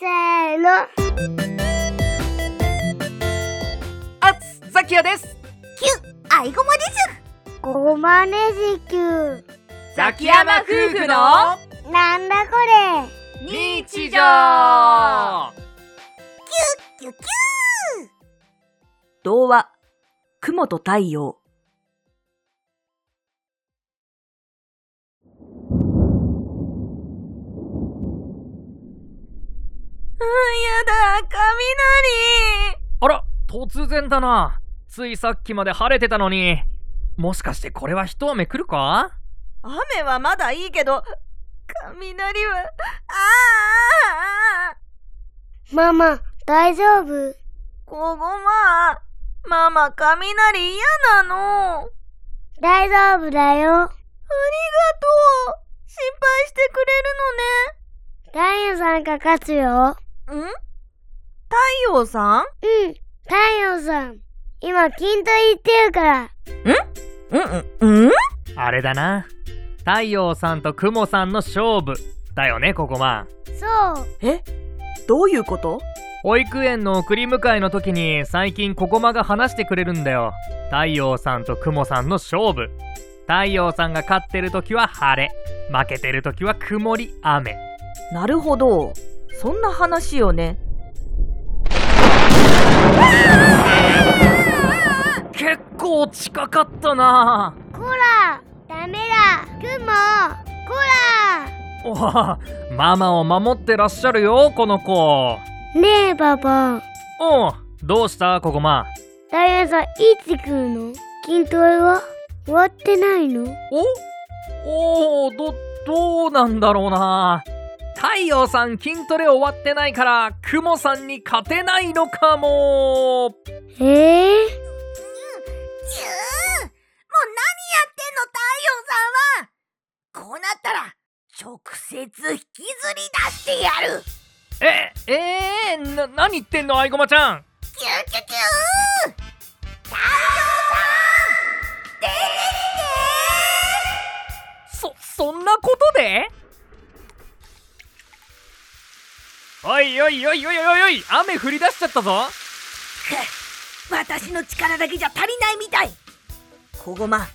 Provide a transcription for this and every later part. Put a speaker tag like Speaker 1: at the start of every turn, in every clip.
Speaker 1: の
Speaker 2: あつザキヤです
Speaker 3: キュアイゴマです
Speaker 1: ごまねじきゅ
Speaker 2: ザ
Speaker 3: キヤマ夫婦の
Speaker 1: うなんだこ
Speaker 2: 日常
Speaker 3: キュキュ
Speaker 4: 童話、雲と太陽。
Speaker 3: あやだ雷
Speaker 2: あら突然だなついさっきまで晴れてたのにもしかしてこれは一雨来るか
Speaker 3: 雨はまだいいけど雷はああ
Speaker 1: れママ大丈夫
Speaker 3: こごまママ雷嫌なのあり
Speaker 1: 大
Speaker 3: がと
Speaker 1: 丈夫だよ
Speaker 3: う心配してくれ
Speaker 1: 太陽さんが勝つよ
Speaker 3: るのねん太陽さん
Speaker 1: うん太陽さん今筋トレ行ってるから
Speaker 3: うんうんうん
Speaker 2: あれだな太陽さんと雲さんの勝負だよねここま
Speaker 1: そう
Speaker 4: えどういうこと
Speaker 2: 保育園の送り迎えの時に最近ここまが話してくれるんだよ太陽さんと雲さんの勝負太陽さんが勝ってる時は晴れ負けてる時は曇り雨
Speaker 4: なるほど。そんな話よね。
Speaker 2: 結構近かったな
Speaker 1: こらダメだ雲こら
Speaker 2: おはママを守ってらっしゃるよこの子
Speaker 1: ねえパパ
Speaker 2: おうどうしたここま
Speaker 1: 太陽さんいつ来るの筋トレは終わってないの
Speaker 2: おおーどどうなんだろうな太陽さん筋トレ終わってないから雲さんに勝てないのかも
Speaker 1: ええ
Speaker 3: キューもう何やってんの太陽さんはこうなったら直接引きずり出してやる
Speaker 2: ええー、な何言ってんのあいごまちゃん
Speaker 3: キューキューキュー太陽さん出て
Speaker 2: そそんなことでおいおいおいおいおいおい雨降り出しちゃったぞ
Speaker 3: きて私の力だけじゃ足りないみたいこごま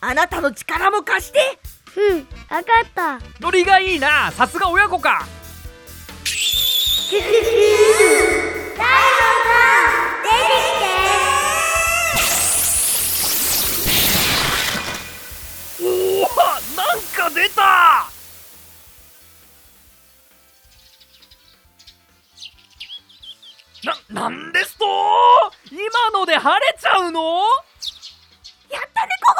Speaker 3: あなたの力も貸して
Speaker 1: うんわかった
Speaker 2: ノリがいいなさすが親子かおわなんか出たな、なんですと今ので晴れちゃうの
Speaker 3: やったねこご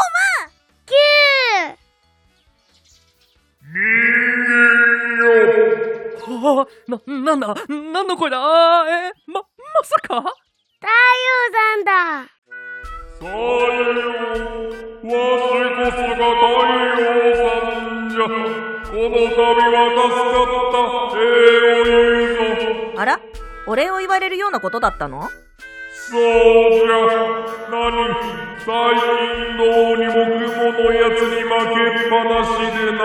Speaker 3: ま
Speaker 1: キュー
Speaker 2: はあ、な、なんだなんの声だあーえま、まさか
Speaker 1: 太陽さんだ
Speaker 5: 太陽、わしこそが太陽さんじゃ。この度は助かった、礼を言うぞ。
Speaker 3: あらお礼を言われるようなことだったの
Speaker 5: そうじゃ、何、最近どうにも雲のやつに負けっぱなしでな。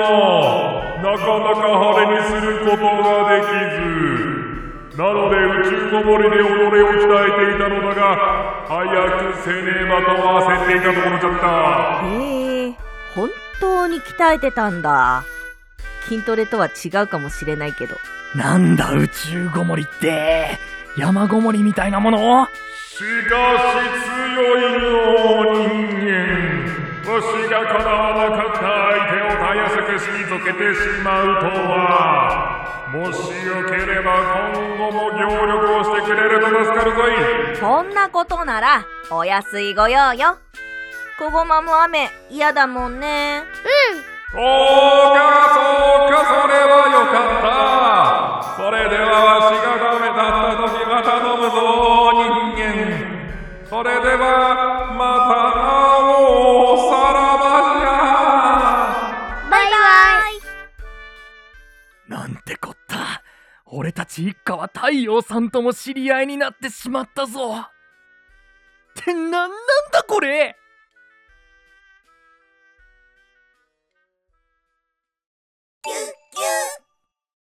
Speaker 5: なかなか晴れにすることができず。なので宇宙の森で己を鍛えていたのだが、早くせねばと焦っていたところじゃった。
Speaker 3: へえ本当に鍛えてたんだ筋トレとは違うかもしれないけど
Speaker 2: なんだ宇宙ごもりって山ごもりみたいなもの
Speaker 5: しかし強いよ人間わしが叶わなかった相手をたやすく退けてしまうとはもしよければ今後も協力をしてくれると助かるぞい
Speaker 3: そんなことならお安いご用よこごまも雨嫌だもんね
Speaker 5: そうかそうかそれはよかったそれではわしがダメだった時は頼むぞ人間それではまた会おうさらばじゃ
Speaker 1: バイバイ
Speaker 2: なんてこった俺たち一家は太陽さんとも知り合いになってしまったぞってなんなんだこれ
Speaker 3: キュキュ